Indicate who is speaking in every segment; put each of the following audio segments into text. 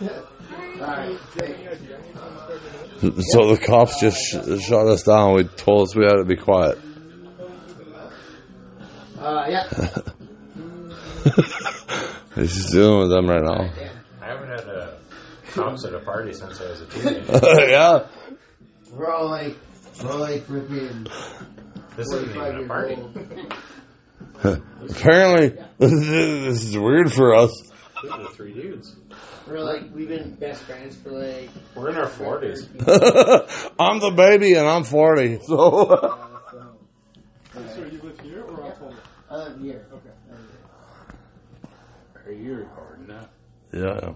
Speaker 1: Uh,
Speaker 2: So the cops just sh- shut us down. We told us we had to be quiet.
Speaker 1: Uh, yeah.
Speaker 2: He's just dealing with them right now.
Speaker 3: I haven't had a cops at a party since I was a teenager.
Speaker 2: yeah.
Speaker 1: We're all like, we're all like freaking
Speaker 3: This
Speaker 1: 45
Speaker 3: isn't even a
Speaker 1: years
Speaker 3: party.
Speaker 1: old.
Speaker 2: Apparently, this is weird for us.
Speaker 3: These are the three dudes.
Speaker 1: We're like, we've been best friends for like.
Speaker 3: We're in our forties.
Speaker 2: I'm the baby and I'm 40. So
Speaker 1: So,
Speaker 4: So you live here or on Tolman?
Speaker 1: other year.
Speaker 4: Okay.
Speaker 1: Other year.
Speaker 3: Are you recording that?
Speaker 2: yeah.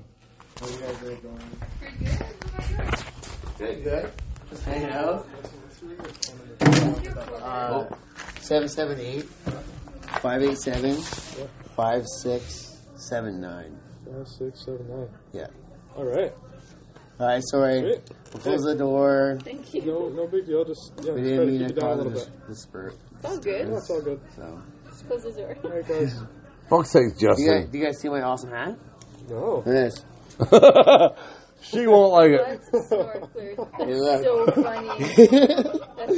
Speaker 1: How you guys are going?
Speaker 5: Pretty good. What
Speaker 1: Good, good. Just hanging out.
Speaker 5: about yours?
Speaker 1: Uh, seven seven eight five eight seven five six seven nine.
Speaker 4: Five, six, seven, nine.
Speaker 1: Yeah.
Speaker 4: All right.
Speaker 1: All right. Sorry.
Speaker 4: Great.
Speaker 1: We'll close the door.
Speaker 5: Thank you.
Speaker 4: No, no big deal. Just yeah,
Speaker 1: We
Speaker 4: just try
Speaker 1: didn't
Speaker 4: to
Speaker 1: mean
Speaker 4: keep
Speaker 1: to
Speaker 4: it down a
Speaker 1: cause
Speaker 4: little
Speaker 1: this,
Speaker 4: bit.
Speaker 1: this spurt.
Speaker 5: It's all good.
Speaker 4: No, it's all good.
Speaker 1: So,
Speaker 5: Just close the door.
Speaker 4: All right, guys.
Speaker 2: Fuck's sake,
Speaker 1: do you, guys,
Speaker 2: Justin.
Speaker 1: do you guys see my awesome hat?
Speaker 4: No.
Speaker 1: Look at this.
Speaker 2: she won't like it.
Speaker 5: That's so clear.
Speaker 1: Yeah.
Speaker 5: That's so funny. That's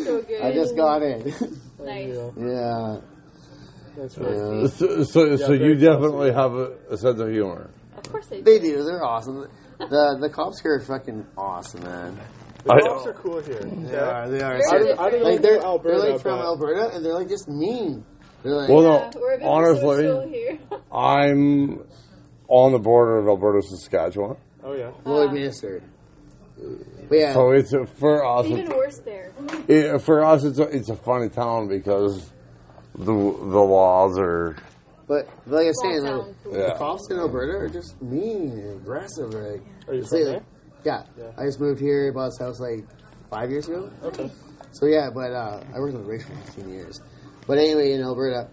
Speaker 5: so good.
Speaker 1: I just got it.
Speaker 5: Nice.
Speaker 4: Yeah.
Speaker 1: yeah.
Speaker 4: That's right.
Speaker 1: yeah.
Speaker 2: So, so, so
Speaker 4: Yeah,
Speaker 2: you
Speaker 4: very
Speaker 2: definitely have a, a sense of humor.
Speaker 5: Of course I
Speaker 1: They
Speaker 5: did.
Speaker 1: do. They're awesome. The the cops here are fucking awesome, man.
Speaker 4: The
Speaker 2: I-
Speaker 4: cops are cool here.
Speaker 1: They are. They are.
Speaker 4: I
Speaker 5: They're
Speaker 1: Seriously.
Speaker 4: didn't, I didn't
Speaker 1: Like
Speaker 4: even know
Speaker 1: they're, they're
Speaker 4: Alberta.
Speaker 1: like from
Speaker 4: but-
Speaker 1: Alberta, and they're like just mean. They're like,
Speaker 2: Well,
Speaker 5: Yeah, we're a
Speaker 2: no,
Speaker 5: bit social
Speaker 2: honestly,
Speaker 5: here.
Speaker 2: I'm on the border of Alberta, Saskatchewan.
Speaker 4: Oh yeah.
Speaker 1: Lloyd Minister. But yeah,
Speaker 2: So it's a, for us.
Speaker 5: Even worse there.
Speaker 2: it, for us, it's a, it's a funny town because the the laws are
Speaker 1: but, but like I was
Speaker 5: Small
Speaker 1: saying,
Speaker 5: town.
Speaker 1: the,
Speaker 2: Yeah.
Speaker 1: the cops in Alberta are just mean and aggressive. Like,
Speaker 4: Are you
Speaker 1: it's
Speaker 4: from
Speaker 1: like-
Speaker 4: there?
Speaker 1: yeah.
Speaker 4: Yeah.
Speaker 1: I just moved here, bought this house like five years ago.
Speaker 4: Okay.
Speaker 1: So yeah, but uh, I worked in the race for 15 years. But anyway, in Alberta,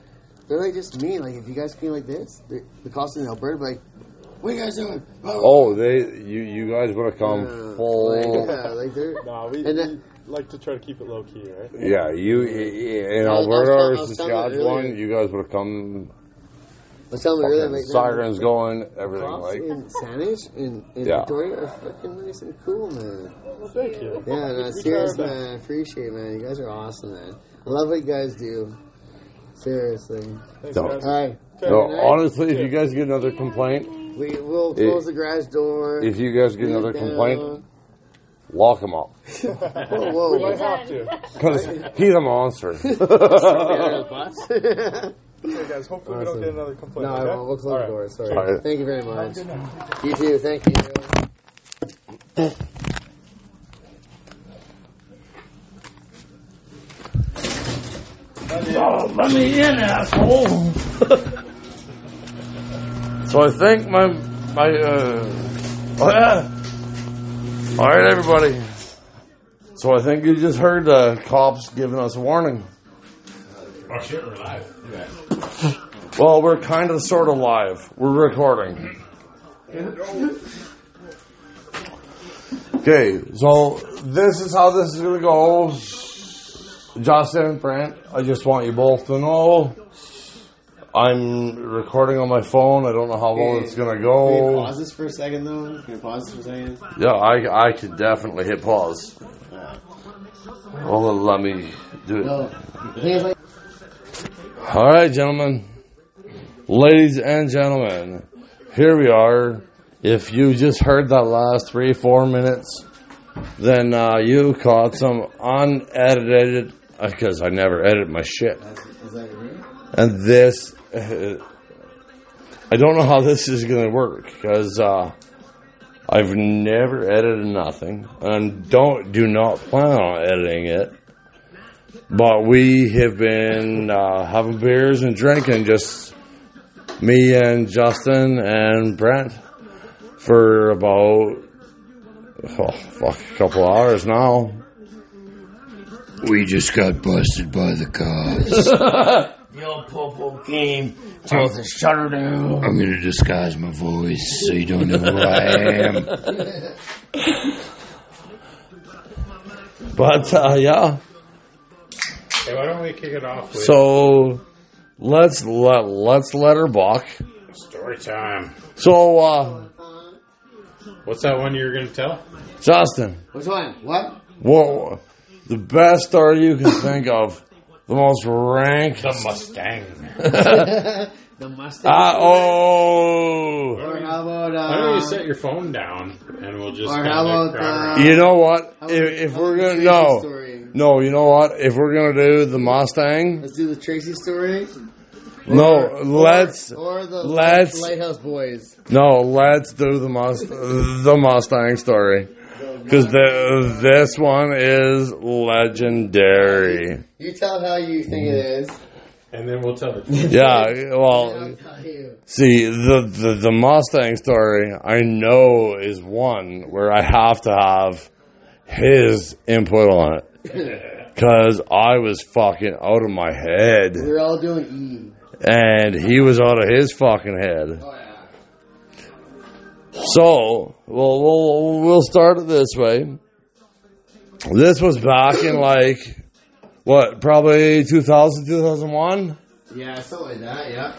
Speaker 1: they're like just mean. Like, if you guys feel like this, the the cops in Alberta, be like, what are you guys doing? Blah, blah, blah."
Speaker 2: oh they you you guys would have come
Speaker 1: Yeah,
Speaker 2: Oh, full
Speaker 1: yeah, like they're
Speaker 4: No, we,
Speaker 1: And then-
Speaker 4: we like to try to keep it low key, right?
Speaker 2: yeah you in
Speaker 1: I was- I was telling- I was
Speaker 2: Alberta or
Speaker 1: telling them earlier.
Speaker 2: Saskatchewan you guys would have come
Speaker 1: I was telling them earlier,
Speaker 2: fucking
Speaker 1: like,
Speaker 2: sirens going
Speaker 1: the
Speaker 2: everything
Speaker 1: cops
Speaker 2: like
Speaker 1: in Saanich in, in
Speaker 2: Yeah.
Speaker 1: Victoria are fucking nice and cool, man.
Speaker 4: Well, thank you.
Speaker 1: Yeah, no,
Speaker 4: We
Speaker 1: serious,
Speaker 4: tried
Speaker 1: man. I appreciate, it, man. You guys are awesome, man. I love what you guys do. Seriously.
Speaker 4: Thanks,
Speaker 2: No.
Speaker 4: guys.
Speaker 1: All right,
Speaker 4: Okay,
Speaker 2: no
Speaker 4: good night.
Speaker 2: honestly if you guys get another complaint
Speaker 1: we will
Speaker 2: It-
Speaker 1: close the garage door.
Speaker 2: if you guys get
Speaker 1: leave
Speaker 2: another
Speaker 1: it down.
Speaker 2: complaint lock him up
Speaker 1: Whoa,
Speaker 4: We
Speaker 1: whoa.
Speaker 4: might have to.
Speaker 2: because he's a monster
Speaker 4: Okay, guys. Hopefully
Speaker 1: Awesome.
Speaker 4: we don't get another complaint.
Speaker 1: no, I
Speaker 4: okay?
Speaker 1: won't. We'll close
Speaker 4: All
Speaker 1: the
Speaker 4: right.
Speaker 1: door. Sorry.
Speaker 2: All right.
Speaker 1: Thank you very much.
Speaker 4: Good night.
Speaker 1: You too. Thank you.
Speaker 2: Oh,
Speaker 3: Oh,
Speaker 2: so I think my my uh oh, yeah. all right everybody so I think you just heard the cops giving us a warning.
Speaker 3: Oh shit, we're live.
Speaker 2: Well, we're kind of sort of live. We're recording. Okay, so this is how this is going to go. Justin and Brent, I just want you both to know I'm recording on my phone. I don't know how well it's going to
Speaker 1: Can we
Speaker 2: go.
Speaker 1: pause this for a second, though? Can we pause this for a second?
Speaker 2: Yeah, I, I could definitely hit pause. Well, let me do it.
Speaker 1: No. He's like,
Speaker 2: All right, gentlemen, ladies and gentlemen, here we are. If you just heard that last three, four minutes, then uh, you caught some unedited, because I never edit my shit.
Speaker 1: is that you?
Speaker 2: And this, I don't know how this is going to work because uh, I've never edited nothing and don't do not plan on editing it. But we have been uh, having beers and drinking, just me and Justin and Brent, for about oh fuck a couple hours now.
Speaker 6: We just got busted by the cops.
Speaker 1: The old Popo came, told us to shut her down.
Speaker 6: I'm gonna disguise my voice so you don't know who I am.
Speaker 2: But uh, yeah.
Speaker 3: Hey, why don't we kick it off with
Speaker 2: So let's let let's let her balk.
Speaker 3: story time?
Speaker 2: So uh,
Speaker 3: What's that one you were going to tell?
Speaker 2: Justin,
Speaker 1: Which one? What?
Speaker 2: what the best star you can think of, the most rank. Uh,
Speaker 3: The Mustang.
Speaker 1: The Mustang.
Speaker 2: I oh.
Speaker 1: or how about uh,
Speaker 3: Why don't you set your phone down and we'll just
Speaker 1: Or
Speaker 3: kinda
Speaker 1: how about,
Speaker 3: like crowd
Speaker 1: uh,
Speaker 3: around.
Speaker 2: You know what?
Speaker 1: how about-
Speaker 2: If, if
Speaker 1: how
Speaker 2: we're
Speaker 1: about
Speaker 2: gonna
Speaker 1: the Tracy
Speaker 2: no,
Speaker 1: story?
Speaker 2: no, you know what? If we're gonna do the Mustang,
Speaker 1: Let's do the Tracy story.
Speaker 2: no,
Speaker 1: Or-
Speaker 2: let's
Speaker 1: or the
Speaker 2: let's-
Speaker 1: Lighthouse Boys.
Speaker 2: no, let's do the must the Mustang story because the this one is legendary.
Speaker 1: You tell how you think it is.
Speaker 3: And then we'll tell the truth.
Speaker 2: Yeah, well,
Speaker 1: I'll tell you.
Speaker 2: See the, the the Mustang story I know is one where I have to have his input on it because I was fucking out of my head
Speaker 1: We're all doing E.
Speaker 2: and he was out of his fucking head.
Speaker 1: Oh yeah.
Speaker 2: So we'll we'll we'll start it this way. This was back in like what probably 2000 2001
Speaker 1: Yeah, something like that. Yeah.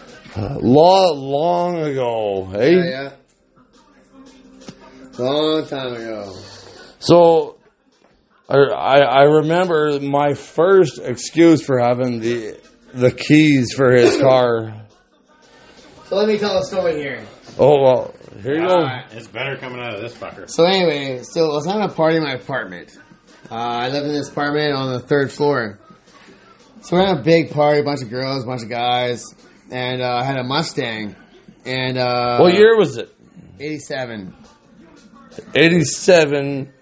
Speaker 2: long long ago eh?
Speaker 1: Yeah. yeah. Long time ago.
Speaker 2: So, I, I I remember my first excuse for having the the keys for his car.
Speaker 1: So let me tell a story here.
Speaker 2: Oh well, here you go.
Speaker 3: Ah, it's better coming out of this fucker.
Speaker 1: So anyway, so I was having a party in my apartment. Uh, I live in this apartment on the third floor. So we're having a big party, a bunch of girls, a bunch of guys, and uh, I had a Mustang. And uh,
Speaker 2: What year was it?
Speaker 1: Eighty-seven.
Speaker 2: Eighty seven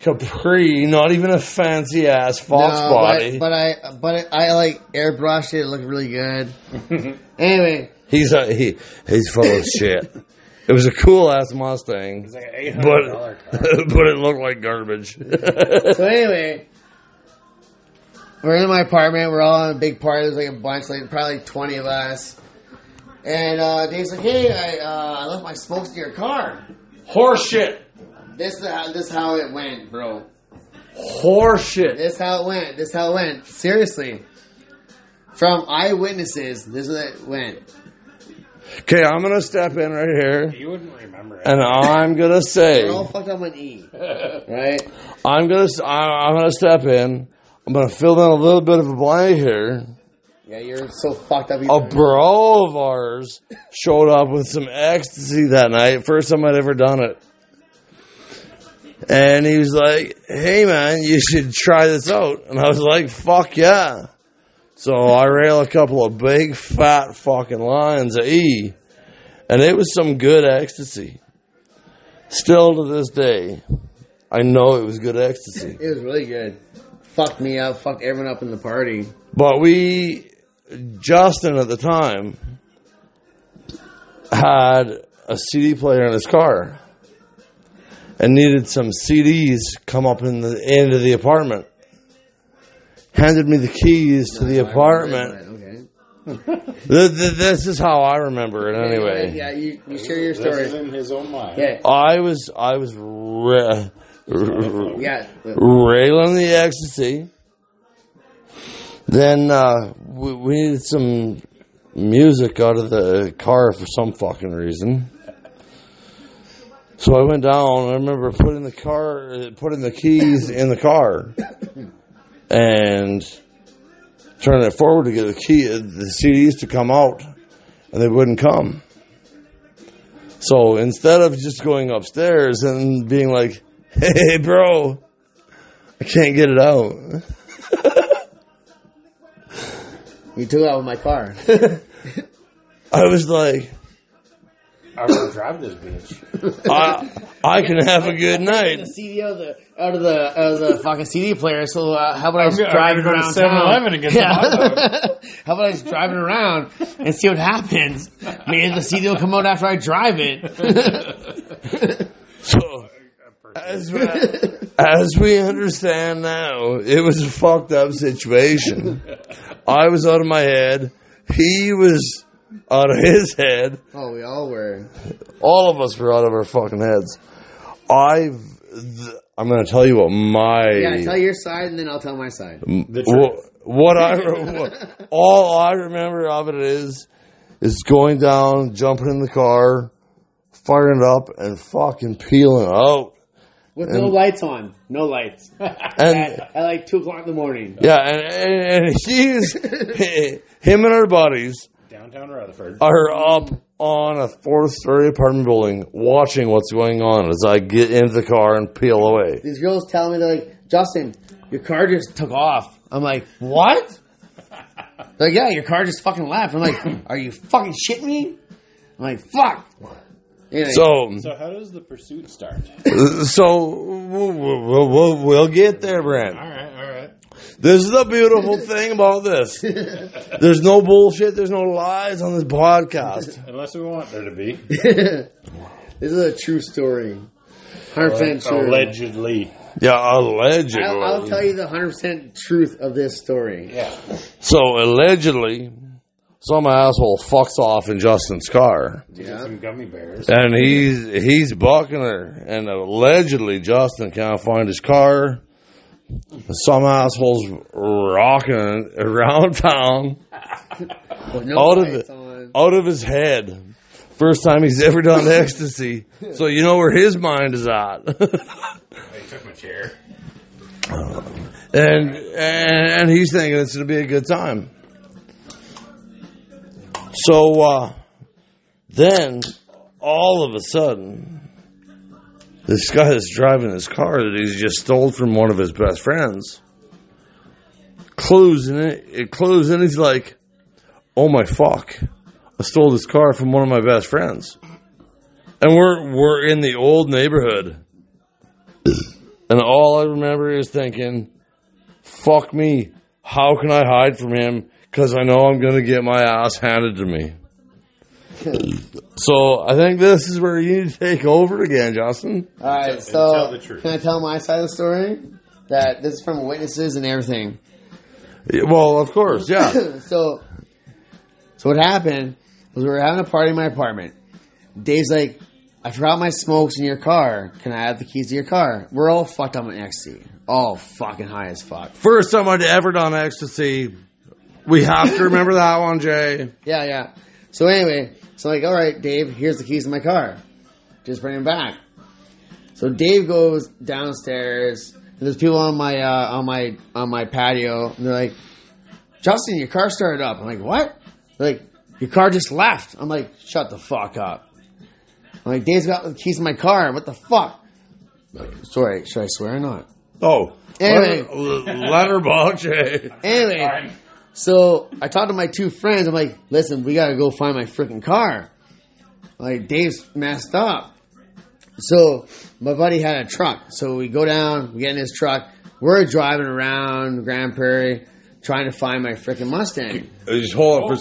Speaker 2: Capri, not even a fancy ass Fox
Speaker 1: No,
Speaker 2: body.
Speaker 1: But, I- but I, but I, I like airbrushed it. It looked really good. anyway,
Speaker 2: he's a, he he's full of shit. It was a cool ass Mustang,
Speaker 3: It's like
Speaker 2: but
Speaker 3: $800 car.
Speaker 2: but it looked like garbage.
Speaker 1: so anyway, we're in my apartment. We're all on a big party. There's like a bunch, like probably like twenty of us. And uh, Dave's like, "Hey, I, uh, I left my smokes in your car."
Speaker 2: Horse shit.
Speaker 1: This is how this how it went, bro.
Speaker 2: Horse shit.
Speaker 1: This how it went. This how it went. Seriously, from eyewitnesses, this is how it went.
Speaker 2: Okay, I'm gonna step in right here.
Speaker 3: You wouldn't remember it.
Speaker 2: And I'm gonna say,
Speaker 1: We're all fucked up on E, right?
Speaker 2: I'm gonna, s- I- I'm gonna step in. I'm gonna fill in a little bit of a blank here.
Speaker 1: Yeah, you're so fucked up.
Speaker 2: A bro of ours showed up with some ecstasy that night. First time I'd ever done it. And he was like, "Hey man, you should try this out." And I was like, "Fuck yeah!" So I rail a couple of big fat fucking lines of E, and it was some good ecstasy. Still to this day, I know it was good ecstasy.
Speaker 1: It was really good. Fucked me up. Fucked everyone up in the party.
Speaker 2: But we, Justin at the time, had a CD player in his car and needed some CDs come up in the into the apartment. Handed me the keys to the apartment.
Speaker 1: Okay.
Speaker 2: Th- th- This is how I remember it, anyway.
Speaker 1: Yeah, you, you share your
Speaker 3: This is
Speaker 1: story.
Speaker 3: in his own mind.
Speaker 1: Yeah,
Speaker 2: I was I was ra- r-
Speaker 1: yeah.
Speaker 2: railing the ecstasy. Then uh, we, we needed some music out of the car for some fucking reason. So I went down. I remember putting the car, uh, putting the keys in the car, and turning it forward to get the key, the CDs to come out, and they wouldn't come. So instead of just going upstairs and being like, "Hey, bro, I can't get it out,"
Speaker 1: You took it out of my car.
Speaker 2: I was like,
Speaker 3: I'm going to drive this bitch.
Speaker 2: "I, I can have a good night."
Speaker 1: the CD out of the out of the, out of the fucking CD player. So uh, how about I just
Speaker 4: I'm
Speaker 1: drive
Speaker 4: gonna go to
Speaker 1: around
Speaker 4: 7-Eleven and get some
Speaker 1: how about I just drive it around and see what happens? Maybe the CD will come out after I drive it.
Speaker 2: So as we, as we understand now, it was a fucked up situation. I was out of my head. He was out of his head.
Speaker 1: oh, we all were.
Speaker 2: All of us were out of our fucking heads. I've. Th- I'm going to tell you what my.
Speaker 1: Yeah, tell your side and then I'll tell my side.
Speaker 3: The
Speaker 2: Wha-
Speaker 3: truth.
Speaker 2: what I re- what, all I remember of it is is going down, jumping in the car, firing up and fucking peeling out.
Speaker 1: With no
Speaker 2: And-
Speaker 1: lights on. No lights. at, at like 2 o'clock in the morning.
Speaker 2: Yeah, and, and, and he's him and our buddies
Speaker 3: Downtown Rutherford.
Speaker 2: are up on a fourth story apartment building watching what's going on as I get into the car and peel away.
Speaker 1: These girls tell me, they're like, Justin, your car just took off. I'm like, what? They're like, yeah, your car just fucking left. I'm like, are you fucking shitting me? I'm like, fuck. Anyway,
Speaker 2: So,
Speaker 3: So how does the pursuit start?
Speaker 2: so we'll, we'll, we'll- we'll get there, Brent.
Speaker 3: all right, all right.
Speaker 2: This is the beautiful thing about this. There's no bullshit. There's no lies on this podcast.
Speaker 3: Unless we want there to be.
Speaker 1: this is a true story. 100% true.
Speaker 3: Allegedly.
Speaker 2: Yeah, allegedly.
Speaker 1: I'll, I'll tell you the 100% truth of this story.
Speaker 3: Yeah.
Speaker 2: So allegedly, some asshole fucks off in Justin's car,
Speaker 3: Get some gummy bears.
Speaker 2: and he's he's bucking her. And allegedly, Justin can't find his car. Some assholes rocking around town
Speaker 1: With no
Speaker 2: All of
Speaker 1: lights
Speaker 2: it.
Speaker 1: on.
Speaker 2: out of his head. First time he's ever done ecstasy, so you know where his mind is at.
Speaker 3: I took my chair.
Speaker 2: and and, and he's thinking it's going to be a good time. So uh, then, all of a sudden, this guy that's driving his car that he's just stole from one of his best friends clues in it. It clues in. He's like, "Oh my fuck! I stole this car from one of my best friends." And we're we're in the old neighborhood. And all I remember is thinking, fuck me. How can I hide from him? Because I know I'm going to get my ass handed to me. so I think this is where you need to take over again, Justin.
Speaker 1: All right,
Speaker 3: tell-
Speaker 1: so
Speaker 3: and tell the truth.
Speaker 1: can I tell my side of the story? That this is from witnesses and everything.
Speaker 2: Yeah, Well, of course, yeah.
Speaker 1: so, so what happened was we were having a party in my apartment. Dave's like, I forgot my smokes in your car. Can I have the keys to your car? We're all fucked up on ecstasy. All fucking high as fuck.
Speaker 2: First time I'd ever done ecstasy. We have to remember that one, Jay.
Speaker 1: Yeah, yeah. So anyway, so like, all right, Dave, here's the keys to my car. Just bring them back. So Dave goes downstairs. And there's people on my uh, on my on my patio. And they're like, Justin, your car started up. I'm like, what? They're like, your car just left. I'm like, shut the fuck up. I'm like, Dave's got the keys to my car. What the fuck? Sorry, should I swear or not?
Speaker 2: Oh,
Speaker 1: Anyway.
Speaker 2: letter- letterbox, Jay.
Speaker 1: Anyway, so I talked to my two friends. I'm like, listen, we gotta go find my freaking car. Like Dave's messed up. So my buddy had a truck. So we go down, we get in his truck. We're driving around Grand Prairie trying to find my freaking Mustang.
Speaker 2: Just hold up for a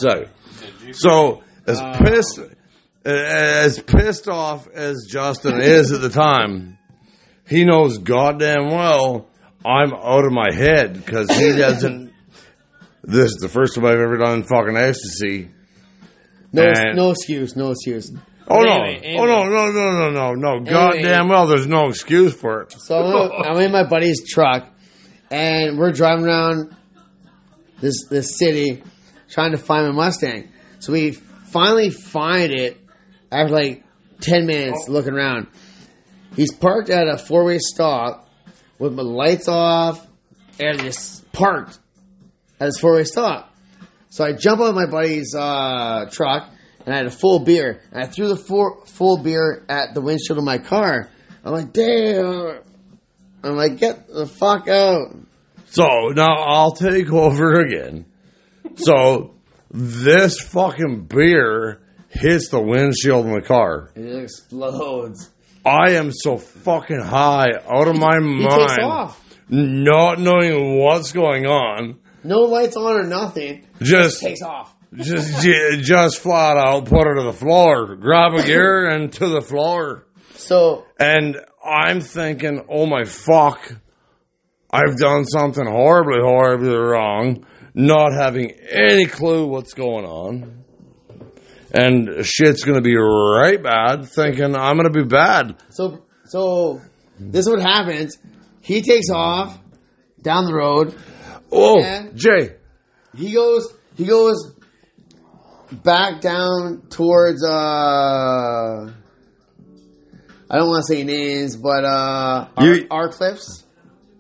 Speaker 2: second. So as
Speaker 1: Oh.
Speaker 2: pissed as pissed off as Justin is at the time, he knows goddamn well I'm out of my head because he doesn't. This is the first time I've ever done fucking ecstasy.
Speaker 1: No,
Speaker 2: And-
Speaker 1: no excuse, no excuse.
Speaker 2: Oh no!
Speaker 1: Anyway,
Speaker 2: Oh
Speaker 1: anyway.
Speaker 2: no! No! No! No! No! No! Goddamn well, there's no excuse for it.
Speaker 1: So I'm, I'm in my buddy's truck, and we're driving around this this city trying to find my Mustang. So we finally find it after like ten minutes looking around. He's parked at a four way stop with the lights off, and just parked at this four way stop. So I jump on my buddy's uh, truck and I had a full beer and I threw the four, full beer at the windshield of my car. I'm like, damn. I'm like, get the fuck out.
Speaker 2: So now I'll take over again. So this fucking beer hits the windshield in the car.
Speaker 1: And it explodes.
Speaker 2: I am so fucking high out of my
Speaker 1: He
Speaker 2: mind,
Speaker 1: takes off.
Speaker 2: not knowing what's going on.
Speaker 1: No lights on or nothing.
Speaker 2: Just,
Speaker 1: Takes off.
Speaker 2: just, ju- just flat out put her to the floor, grab a gear and to the floor.
Speaker 1: So
Speaker 2: And I'm thinking, oh my fuck, I've done something horribly, horribly wrong, not having any clue what's going on. And shit's gonna be right bad, thinking I'm gonna be bad.
Speaker 1: So, so this is what happens. He takes off down the road.
Speaker 2: Oh,
Speaker 1: Yeah.
Speaker 2: Jay,
Speaker 1: He goes. He goes back down towards uh, I don't want to say names, but uh,
Speaker 2: You-
Speaker 1: our Cliffs,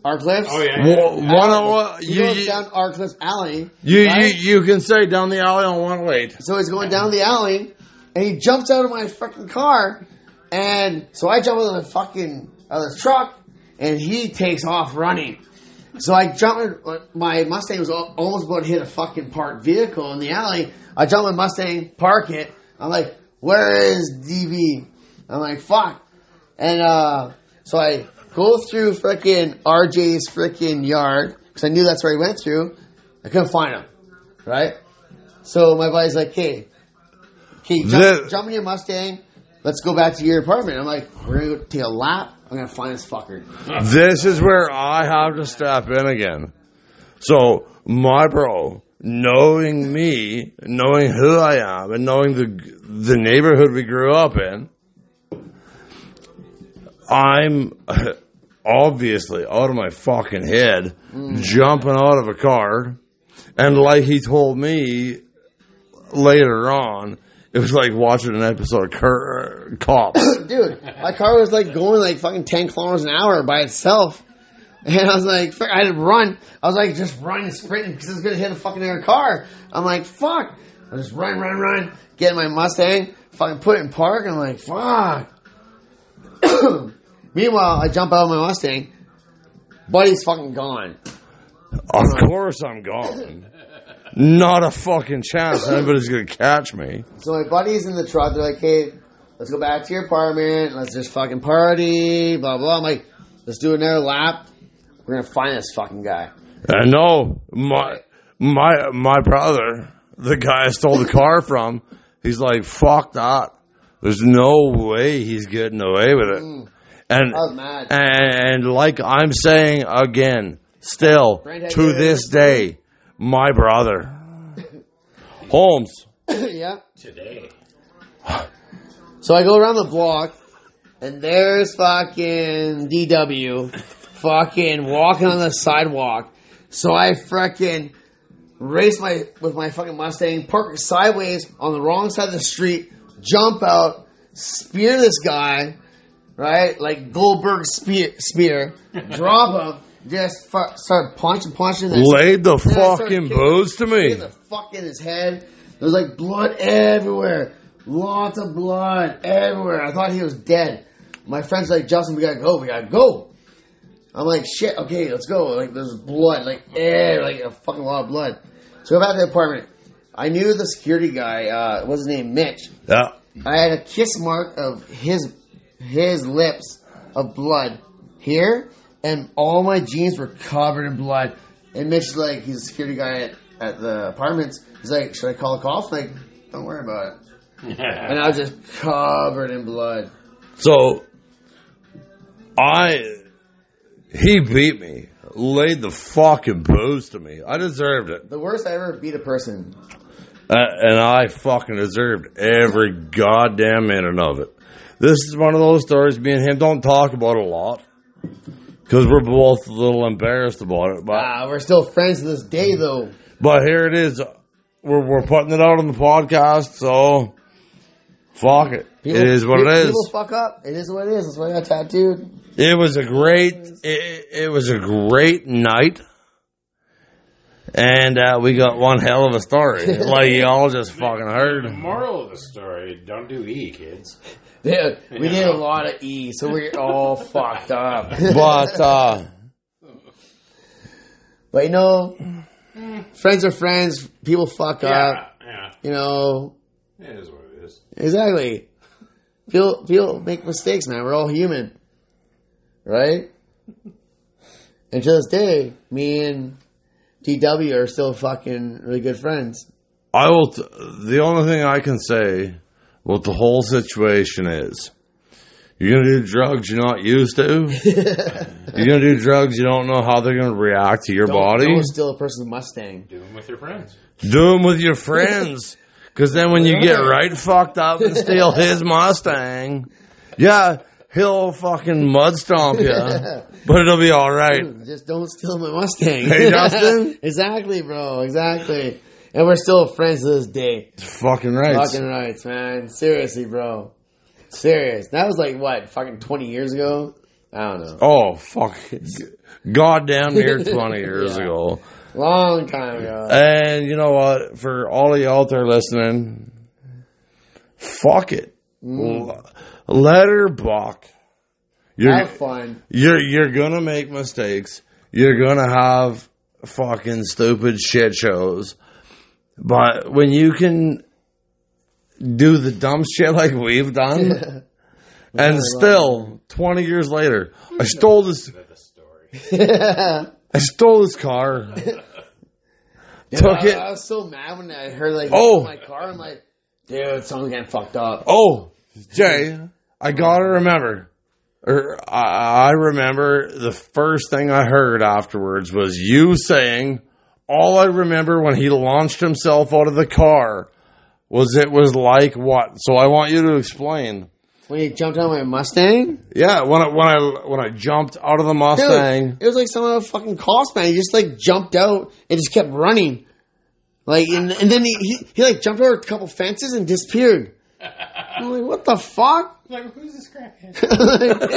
Speaker 1: our Cliffs.
Speaker 3: Oh yeah.
Speaker 2: Well, one on one,
Speaker 1: You,
Speaker 2: you,
Speaker 1: go
Speaker 2: you,
Speaker 1: down our Cliffs Alley.
Speaker 2: you, you,
Speaker 1: right?
Speaker 2: you can say down the alley on one oh late.
Speaker 1: So he's going down the alley, and he jumps out of my fucking car, and so I jump out of the fucking out of the truck, and he takes off running. So I jump. My Mustang was al- almost about to hit a fucking parked vehicle in the alley. I jump my Mustang, park it. I'm like, "Where is DB?" I'm like, "Fuck!" And uh, so I go through freaking RJ's freaking yard because I knew that's where he went through. I couldn't find him, right? So my buddy's like, "Hey, okay, jump,
Speaker 2: The-
Speaker 1: jump in your Mustang. Let's go back to your apartment." I'm like, "We're gonna go take a lap. I'm gonna find this fucker."
Speaker 2: This is where I have to step in again. So, my bro, knowing me, knowing who I am, and knowing the the neighborhood we grew up in, I'm obviously out of my fucking head, jumping out of a car, and like he told me later on, it was like watching an episode of Cur- Cops.
Speaker 1: dude, my car was like going like fucking ten kilometers an hour by itself, and I was like, fuck, I had to run. I was like, just run and sprinting because it's gonna hit a fucking other car. I'm like, fuck. I just run, run, run. Get in my Mustang, fucking put it in park. And I'm like, fuck. Meanwhile, I jump out of my Mustang. Buddy's fucking gone.
Speaker 2: Of course I'm gone. Not a fucking chance anybody's gonna catch me.
Speaker 1: So my buddies in the truck, they're like, hey, let's go back to your apartment. Let's just fucking party, blah, blah. I'm like, let's do another lap. We're gonna find this fucking guy.
Speaker 2: I know my my my brother, the guy I stole the car from, he's like, fuck that. There's no way he's getting away with
Speaker 1: Hmm.
Speaker 2: it. And
Speaker 1: I was mad.
Speaker 2: Uh, and like I'm saying again, still
Speaker 1: Brent, how
Speaker 2: to
Speaker 1: you
Speaker 2: this day, my brother. Holmes.
Speaker 1: yeah.
Speaker 3: Today.
Speaker 1: So I go around the block, and there's fucking DW fucking walking on the sidewalk. So I freaking race my with my fucking Mustang, park sideways on the wrong side of the street, jump out, spear this guy, right? Like Goldberg spear, spear drop him, just fu- start punching, punching this
Speaker 2: Laid the
Speaker 1: and I started
Speaker 2: fucking
Speaker 1: kicking-
Speaker 2: booze to me.
Speaker 1: kicking The fuck in his head. There's like blood everywhere. Lots of blood everywhere. I thought he was dead. My friend's like, Justin, we gotta go. We gotta go. I'm like, shit. Okay, let's go. Like, there's blood. Like, eh, like a fucking lot of blood. So go back to the apartment. I knew the security guy. Uh, was his name Mitch?
Speaker 2: Yeah.
Speaker 1: I had a kiss mark of his his lips of blood here, and all my jeans were covered in blood. And Mitch, like, he's a security guy at, at the apartments. He's like, "Should I call a call?" I'm like, don't worry about it. And I was just covered in blood.
Speaker 2: So I he beat me, laid the fucking booze to me. I deserved it,
Speaker 1: The worst I ever beat a person.
Speaker 2: uh, and I fucking deserved every goddamn minute of it. This is one of those stories me and him don't talk about a lot because we're both a little embarrassed about it. But
Speaker 1: Ah, we're still friends to this day, though.
Speaker 2: but here it is. We're we're putting it out on the podcast, so fuck it. it is what it is.
Speaker 1: People fuck up. It is what it is. That's why I got tattooed.
Speaker 2: It was a great. It, it was a great night, and uh, we got one hell of a story. like y'all just fucking
Speaker 3: The
Speaker 2: heard.
Speaker 3: moral of the story: Don't do E, kids.
Speaker 1: Yeah, we did a lot of E, so we're all fucked up.
Speaker 2: But uh,
Speaker 1: But you know, friends are friends. People fuck
Speaker 3: Yeah.
Speaker 1: up.
Speaker 3: Yeah.
Speaker 1: You know,
Speaker 3: It is what it is.
Speaker 1: exactly. People people make mistakes, man. We're all human, right? And to this day, me and TW are still fucking really good friends.
Speaker 2: I will. T- the only thing I can say about the whole situation is, you're gonna do drugs you're not used to. you're gonna do drugs you don't know how they're gonna react to your
Speaker 1: Don't
Speaker 2: body.
Speaker 1: know still a person's Mustang.
Speaker 3: Do them with your friends.
Speaker 2: Do them with your friends. Because then when you get right fucked up and steal his Mustang, yeah, he'll fucking mud stomp you. But it'll be all right.
Speaker 1: Just don't steal my Mustang.
Speaker 2: Hey, Justin?
Speaker 1: exactly, bro. Exactly. And we're still friends to this day.
Speaker 2: Fucking right.
Speaker 1: Fucking rights, man. Seriously, bro. Serious. That was like what, fucking twenty years ago? I don't know.
Speaker 2: Oh fuck, goddamn near twenty years
Speaker 1: Yeah.
Speaker 2: ago.
Speaker 1: Long time ago.
Speaker 2: And you know what? For all of you out there listening, fuck it. L- Let her buck. You're
Speaker 1: Mm. Have fun.
Speaker 2: you're you're gonna make mistakes. You're gonna have fucking stupid shit shows. But when you can do the dumb shit like we've done, and still twenty years later, I stole this. I stole this car. Took
Speaker 1: I,
Speaker 2: it.
Speaker 1: I was so mad when I heard like
Speaker 2: Oh.
Speaker 1: oh. my car. I'm like, dude, someone's getting fucked up.
Speaker 2: Oh, Jay, I gotta remember. Or I I remember the first thing I heard afterwards was you saying, "All I remember when he launched himself out of the car was it was like what." So I want you to explain.
Speaker 1: When he jumped on my Mustang,
Speaker 2: Yeah, when I, when I when I jumped out of the
Speaker 1: dude,
Speaker 2: Mustang,
Speaker 1: it was like someone with a fucking cost man. He just like jumped out and just kept running. Like and, and then he, he he like jumped over a couple fences and disappeared. I'm like, what the fuck?
Speaker 4: Like, who's this crackhead?
Speaker 1: Like,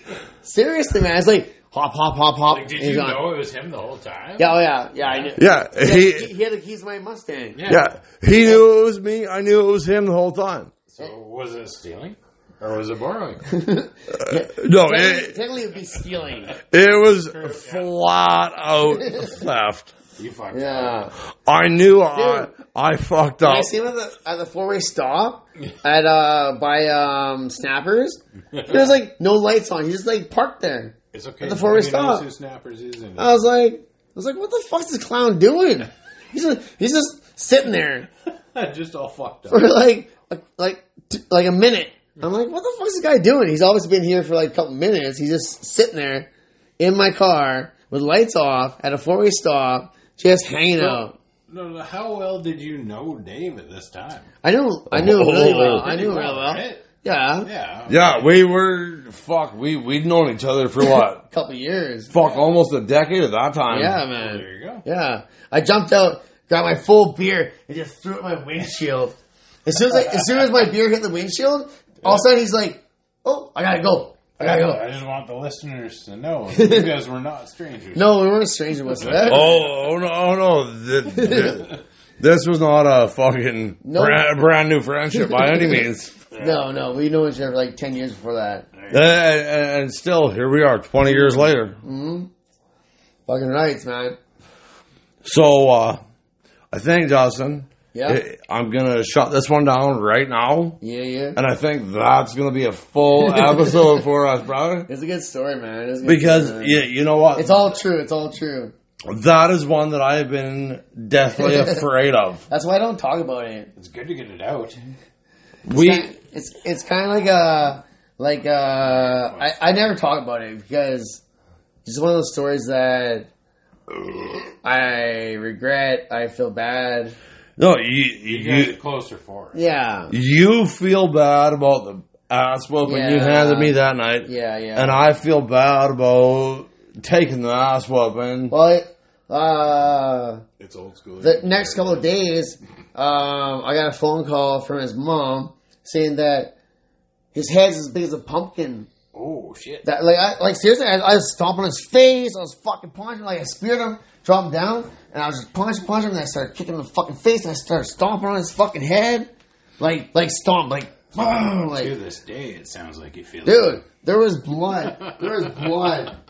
Speaker 1: yeah. Seriously, man, it's like hop, hop, hop, hop.
Speaker 3: Like, did
Speaker 1: and
Speaker 3: you
Speaker 1: gone.
Speaker 3: know it was him the whole time?
Speaker 1: Yeah, oh, yeah, yeah. I knew.
Speaker 2: yeah,
Speaker 1: He,
Speaker 2: he
Speaker 1: he had the keys to my Mustang.
Speaker 2: yeah he knew it was me. I knew it was him the whole time.
Speaker 3: So was it stealing or was it borrowing?
Speaker 2: No,
Speaker 1: Technically,
Speaker 2: it,
Speaker 1: technically it would be stealing.
Speaker 2: it was flat out theft.
Speaker 3: You fucked up.
Speaker 1: Yeah.
Speaker 2: I knew I
Speaker 1: Dude.
Speaker 2: I fucked
Speaker 1: When I
Speaker 2: up.
Speaker 1: see him at the, at the four way stop at uh by um Snappers, there's like no lights on. He just like parked there.
Speaker 3: It's okay.
Speaker 1: The four-way
Speaker 3: Nobody knows
Speaker 1: stop.
Speaker 3: who Snappers is and
Speaker 1: I was like, I was like, what the fuck's this clown doing? He's just, he's just sitting there
Speaker 3: just all fucked
Speaker 1: for
Speaker 3: up.
Speaker 1: like a, like t- like a minute. I'm like, what the fuck's this guy doing? He's always been here for like a couple minutes. He's just sitting there in my car with lights off at a four way stop, just hanging out.
Speaker 3: No, no, how well did you know Dave at this time?
Speaker 1: I knew, I knew him really well. I knew him really well.
Speaker 3: Right?
Speaker 1: Yeah,
Speaker 3: Oh, Yeah.
Speaker 2: yeah, we were fuck. We we'd known each other for what?
Speaker 1: couple years.
Speaker 2: fuck, almost a decade at that time.
Speaker 1: Yeah,
Speaker 3: Well, there
Speaker 1: man.
Speaker 3: you go.
Speaker 1: Yeah, I jumped out, got my full beer, and just threw it at my windshield. As soon as I, as soon as my beer hit the windshield, all of a sudden he's like, "Oh, I gotta go, I gotta go."
Speaker 3: I just want the listeners to know you guys were not strangers.
Speaker 1: No, we weren't strangers whatsoever.
Speaker 2: Oh, oh no, oh no. Th- th- this was not a fucking
Speaker 1: No.
Speaker 2: brand, brand new friendship by any means.
Speaker 1: No, no, we know each other for like ten years before that.
Speaker 2: and, and, and still, here we are, twenty years later.
Speaker 1: Fucking rights, man.
Speaker 2: So, uh, I think Justin,
Speaker 1: Yeah,
Speaker 2: I- I'm gonna shut this one down right now,
Speaker 1: yeah, yeah.
Speaker 2: and I think that's gonna be a full episode for us, brother.
Speaker 1: It's a good story, man. It's a good
Speaker 2: Because
Speaker 1: story, man.
Speaker 2: yeah, you know what?
Speaker 1: it's all true. It's all true.
Speaker 2: That is one that I have been deathly afraid of.
Speaker 1: That's why I don't talk about it.
Speaker 3: It's good to get it out.
Speaker 2: We
Speaker 1: it's it's kind of like a like uh I, I never talk about it because it's one of those stories that I regret. I feel bad.
Speaker 2: no, you
Speaker 3: You guys are
Speaker 2: you,
Speaker 3: closer for it.
Speaker 1: Yeah,
Speaker 2: you feel bad about the ass whooping you
Speaker 1: Yeah.
Speaker 2: handed me that night,
Speaker 1: yeah, yeah.
Speaker 2: and I feel bad about taking the ass whooping.
Speaker 1: well, it, uh,
Speaker 3: It's old school.
Speaker 1: the next couple of days, um, I got a phone call from his mom saying that his head's as big as a pumpkin.
Speaker 3: oh shit!
Speaker 1: That like I like seriously, I, I was stomping on his face. I was fucking punching. Like I speared him, dropped him down, and I was just punching, punching. And I started kicking him in the fucking face, and I started stomping on his fucking head, like like stomp, like boom,
Speaker 3: to
Speaker 1: like
Speaker 3: this day, it sounds like you feel.
Speaker 1: dude. There was blood. There was blood.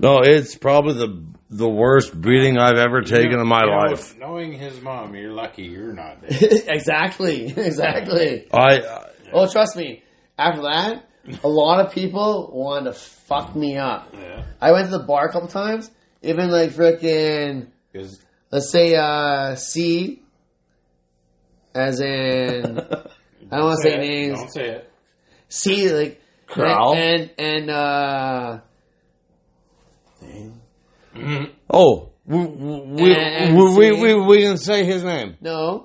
Speaker 2: No, it's probably the the worst beating I've ever taken in my
Speaker 3: You know,
Speaker 2: life.
Speaker 3: Knowing his mom, you're lucky you're not there.
Speaker 1: exactly, exactly.
Speaker 2: I uh,
Speaker 1: Oh, trust me. After that, a lot of people wanted to fuck me up.
Speaker 3: yeah,
Speaker 1: I went to the bar a couple times. Even like freaking
Speaker 3: because
Speaker 1: let's say uh C as in I don't want to say names.
Speaker 3: Don't say it.
Speaker 1: C like
Speaker 2: Corral?
Speaker 1: and and uh
Speaker 2: oh we we
Speaker 1: And
Speaker 2: we, we,
Speaker 1: see-
Speaker 2: we, we can say his name.
Speaker 1: no.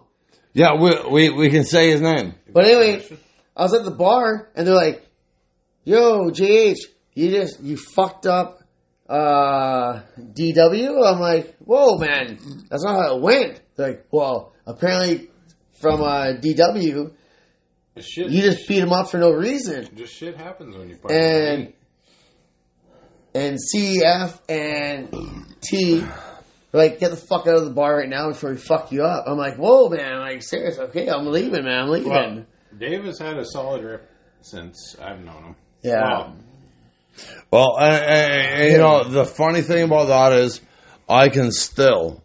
Speaker 2: Yeah, we we, we can say his name.
Speaker 1: But anyway, I was at the bar and they're like, "Yo, JH, you just you fucked up uh DW." I'm like, "Whoa, man. That's not how it went." They're like, "Well, apparently from uh DW
Speaker 7: Shit,
Speaker 1: You just beat him up for no reason.
Speaker 7: just shit happens when you party.
Speaker 1: and and CF and T were like get the fuck out of the bar right now before we fuck you up. I'm like, whoa, man, like serious, okay, I'm leaving, man, I'm leaving.
Speaker 7: well, Dave has had a solid rep since I've known him.
Speaker 1: yeah,
Speaker 7: Wow.
Speaker 2: Well, and, and- and, you know, the funny thing about that is, I can still,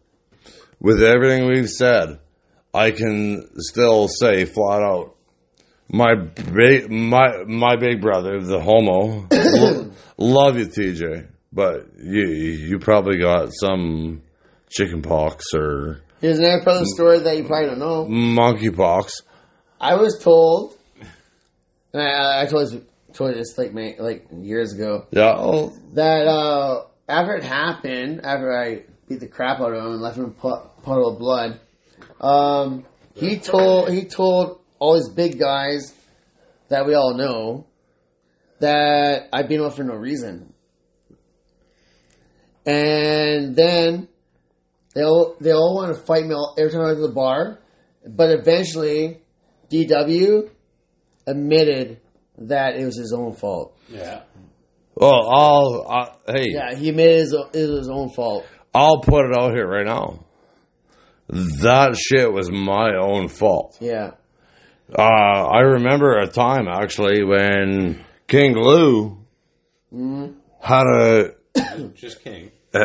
Speaker 2: with everything we've said, I can still say flat out, my big, my my big brother, the homo, lo- love you, TJ, but you you probably got some chicken pox or
Speaker 1: here's another part of the story that you probably don't
Speaker 2: Mm.
Speaker 1: know.
Speaker 2: monkey pox.
Speaker 1: I was told, and I, I told this, told this like ma like years ago
Speaker 2: Yeah, oh,
Speaker 1: that uh, after it happened, after I beat the crap out of him and left him a pu- puddle of blood, um, he told he told all his big guys that we all know that I beat him up for no reason, and then they all they all want to fight me all, every time I go to the bar, but eventually DW admitted that it was his own fault.
Speaker 7: Yeah.
Speaker 2: well, I'll I, hey,
Speaker 1: Yeah, he made it his, it was his own fault.
Speaker 2: I'll put it out here right now. That shit was my own fault.
Speaker 1: Yeah.
Speaker 2: Uh, I remember a time actually when King Lou had a
Speaker 7: Just king.
Speaker 2: had,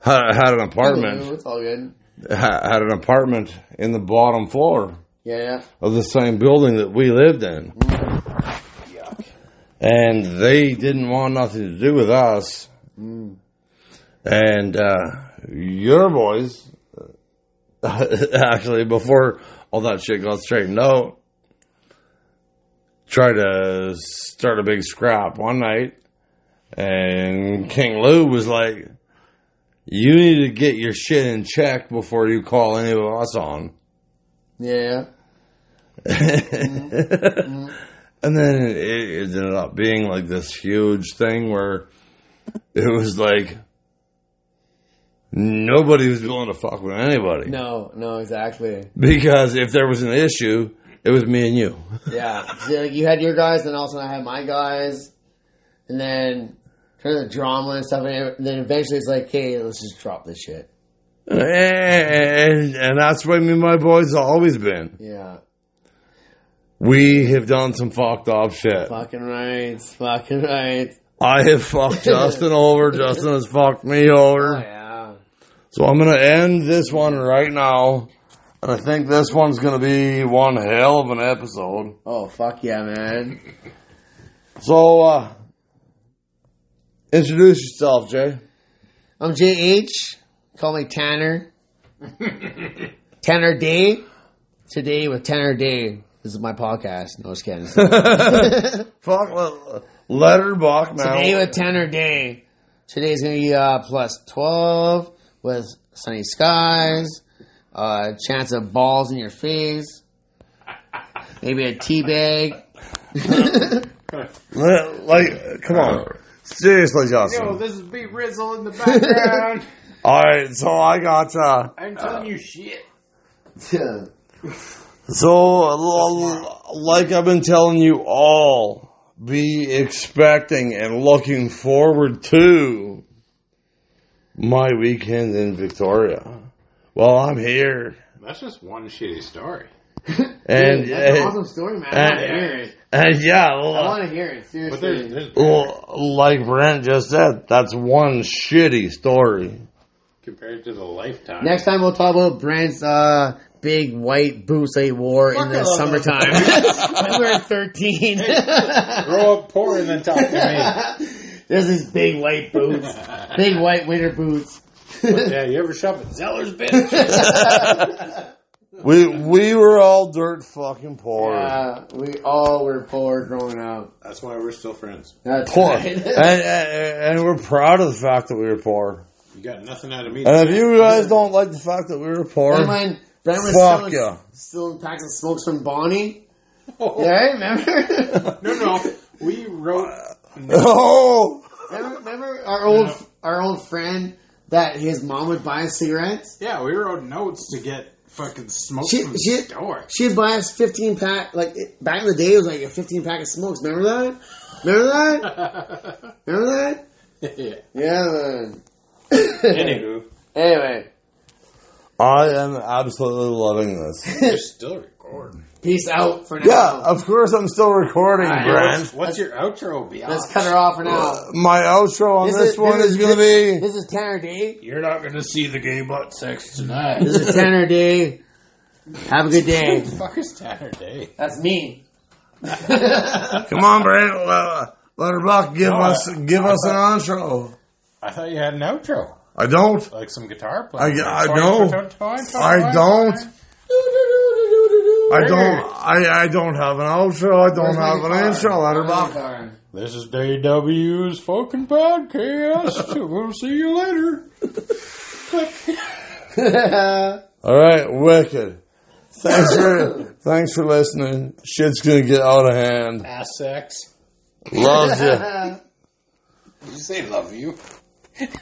Speaker 2: had an
Speaker 1: Ooh,
Speaker 2: apartment
Speaker 1: It's all good.
Speaker 2: ha- had an apartment in the bottom floor
Speaker 1: Yeah, yeah.
Speaker 2: of the same building that we lived in, and they didn't want nothing to do with us. And uh, your boys, actually, before all that shit got straightened out, tried to start a big scrap one night, and King Lou was like. You need to get your shit in check before you call any of us on.
Speaker 1: Yeah, yeah.
Speaker 2: And then it, it ended up being like this huge thing where it was like nobody was willing to fuck with anybody.
Speaker 1: No, no, exactly.
Speaker 2: Because if there was an issue, it was me and you.
Speaker 1: Yeah. See, like you had your guys, then all of a sudden I had my guys, and then kind of the drama and stuff, and then eventually it's like, hey, let's just drop this shit.
Speaker 2: And, and, and that's what me and my boys have always been.
Speaker 1: Yeah.
Speaker 2: We have done some fucked up shit.
Speaker 1: Fucking right. Fucking right.
Speaker 2: I have fucked Justin over. Justin has fucked me
Speaker 1: Oh,
Speaker 2: over.
Speaker 1: yeah.
Speaker 2: So I'm going to end this one right now. And I think this one's going to be one hell of an episode.
Speaker 1: Oh, fuck yeah, man.
Speaker 2: So, uh, introduce yourself, Jay.
Speaker 1: I'm JH. Call me Tanner. Tanner Day. Today with Tanner Day. This is my podcast. No, just kidding.
Speaker 2: Fuck, let, let her buck uh, now.
Speaker 1: Today with Tanner Day. Today's gonna be uh, plus twelve with sunny skies, uh, chance of balls in your face, maybe a tea bag.
Speaker 2: Let- like, come on. Seriously,
Speaker 7: Yo,
Speaker 2: Justin.
Speaker 7: this is B Rizzle in the background.
Speaker 2: Alright, so I got, uh,
Speaker 7: I'm telling you shit.
Speaker 2: so, l- l- like I've been telling you all, be expecting and looking forward to my weekend in Victoria. Well, I'm here.
Speaker 7: That's just one shitty story.
Speaker 2: And,
Speaker 1: That's an
Speaker 2: and,
Speaker 1: awesome story, man. I want to
Speaker 2: and-
Speaker 1: hear it.
Speaker 2: and yeah, uh,
Speaker 1: I want to hear it
Speaker 7: But there's,
Speaker 1: seriously.
Speaker 7: there's
Speaker 2: Well, like Brent just said, that's one shitty story.
Speaker 7: compared to the lifetime.
Speaker 1: Next time we'll talk about Brent's uh, big white boots that he wore in the summertime when we were thirteen.
Speaker 7: grow up poor and then talk to
Speaker 1: There's these big white boots, big white winter boots.
Speaker 7: me. yeah, you ever shop at Zeller's, bitch?
Speaker 2: We we were all dirt fucking poor.
Speaker 1: Yeah, Uh, we all were poor growing up.
Speaker 7: That's why we're still friends.
Speaker 1: That's
Speaker 2: Poor.
Speaker 1: right.
Speaker 2: and, and, and we're proud of the fact that we were poor.
Speaker 7: You got nothing out of me.
Speaker 1: Uh,
Speaker 2: And if you guys don't like the fact that we were poor,
Speaker 1: Remember when Brent was
Speaker 2: Fuck
Speaker 1: still,
Speaker 2: yeah.
Speaker 1: still in packs of smokes from Bonnie? Yeah, remember?
Speaker 7: Oh. No, no. We wrote.
Speaker 2: oh,
Speaker 1: remember? Remember our old our old friend that his mom would buy cigarettes?
Speaker 7: Yeah, we wrote notes to get
Speaker 3: fucking smoke
Speaker 1: She,
Speaker 3: from
Speaker 1: she,
Speaker 3: the door.
Speaker 1: she'd buy us 15 pack, like, it- back in the day, it was like a 15 pack of smokes. Remember that? Remember that? Remember that?
Speaker 3: yeah.
Speaker 1: Yeah, man.
Speaker 3: Anywho,
Speaker 1: Anyway,
Speaker 2: I am absolutely loving this.
Speaker 3: you're still recording.
Speaker 1: peace out for now.
Speaker 2: Yeah, of course I'm still recording,
Speaker 1: I know.
Speaker 2: Brent.
Speaker 3: What's your outro, beyond?
Speaker 7: Ah.
Speaker 1: Let's cut her off for now.
Speaker 2: My outro on this, one is going to be.
Speaker 1: This is Tanner D.
Speaker 3: You're not gonna see the gay butt sex tonight.
Speaker 1: This is Tanner D. Have a good day.
Speaker 3: the fuck is Saturday?
Speaker 1: That's me.
Speaker 2: Come on, Brent. Let, let her buck give
Speaker 3: No,
Speaker 2: us give us an outro.
Speaker 3: I thought you had an outro,
Speaker 2: I don't.
Speaker 3: like some guitar
Speaker 2: I,
Speaker 3: playing.
Speaker 2: I don't. I don't. I don't. I, I don't have an outro. I don't have an intro. Let her buck.
Speaker 3: This is DW's fucking podcast. we'll see you later.
Speaker 2: All right, wicked. Thanks for thanks for listening. Shit's gonna get out of hand.
Speaker 3: Ass sex.
Speaker 2: Loves you.
Speaker 3: Did you say love you?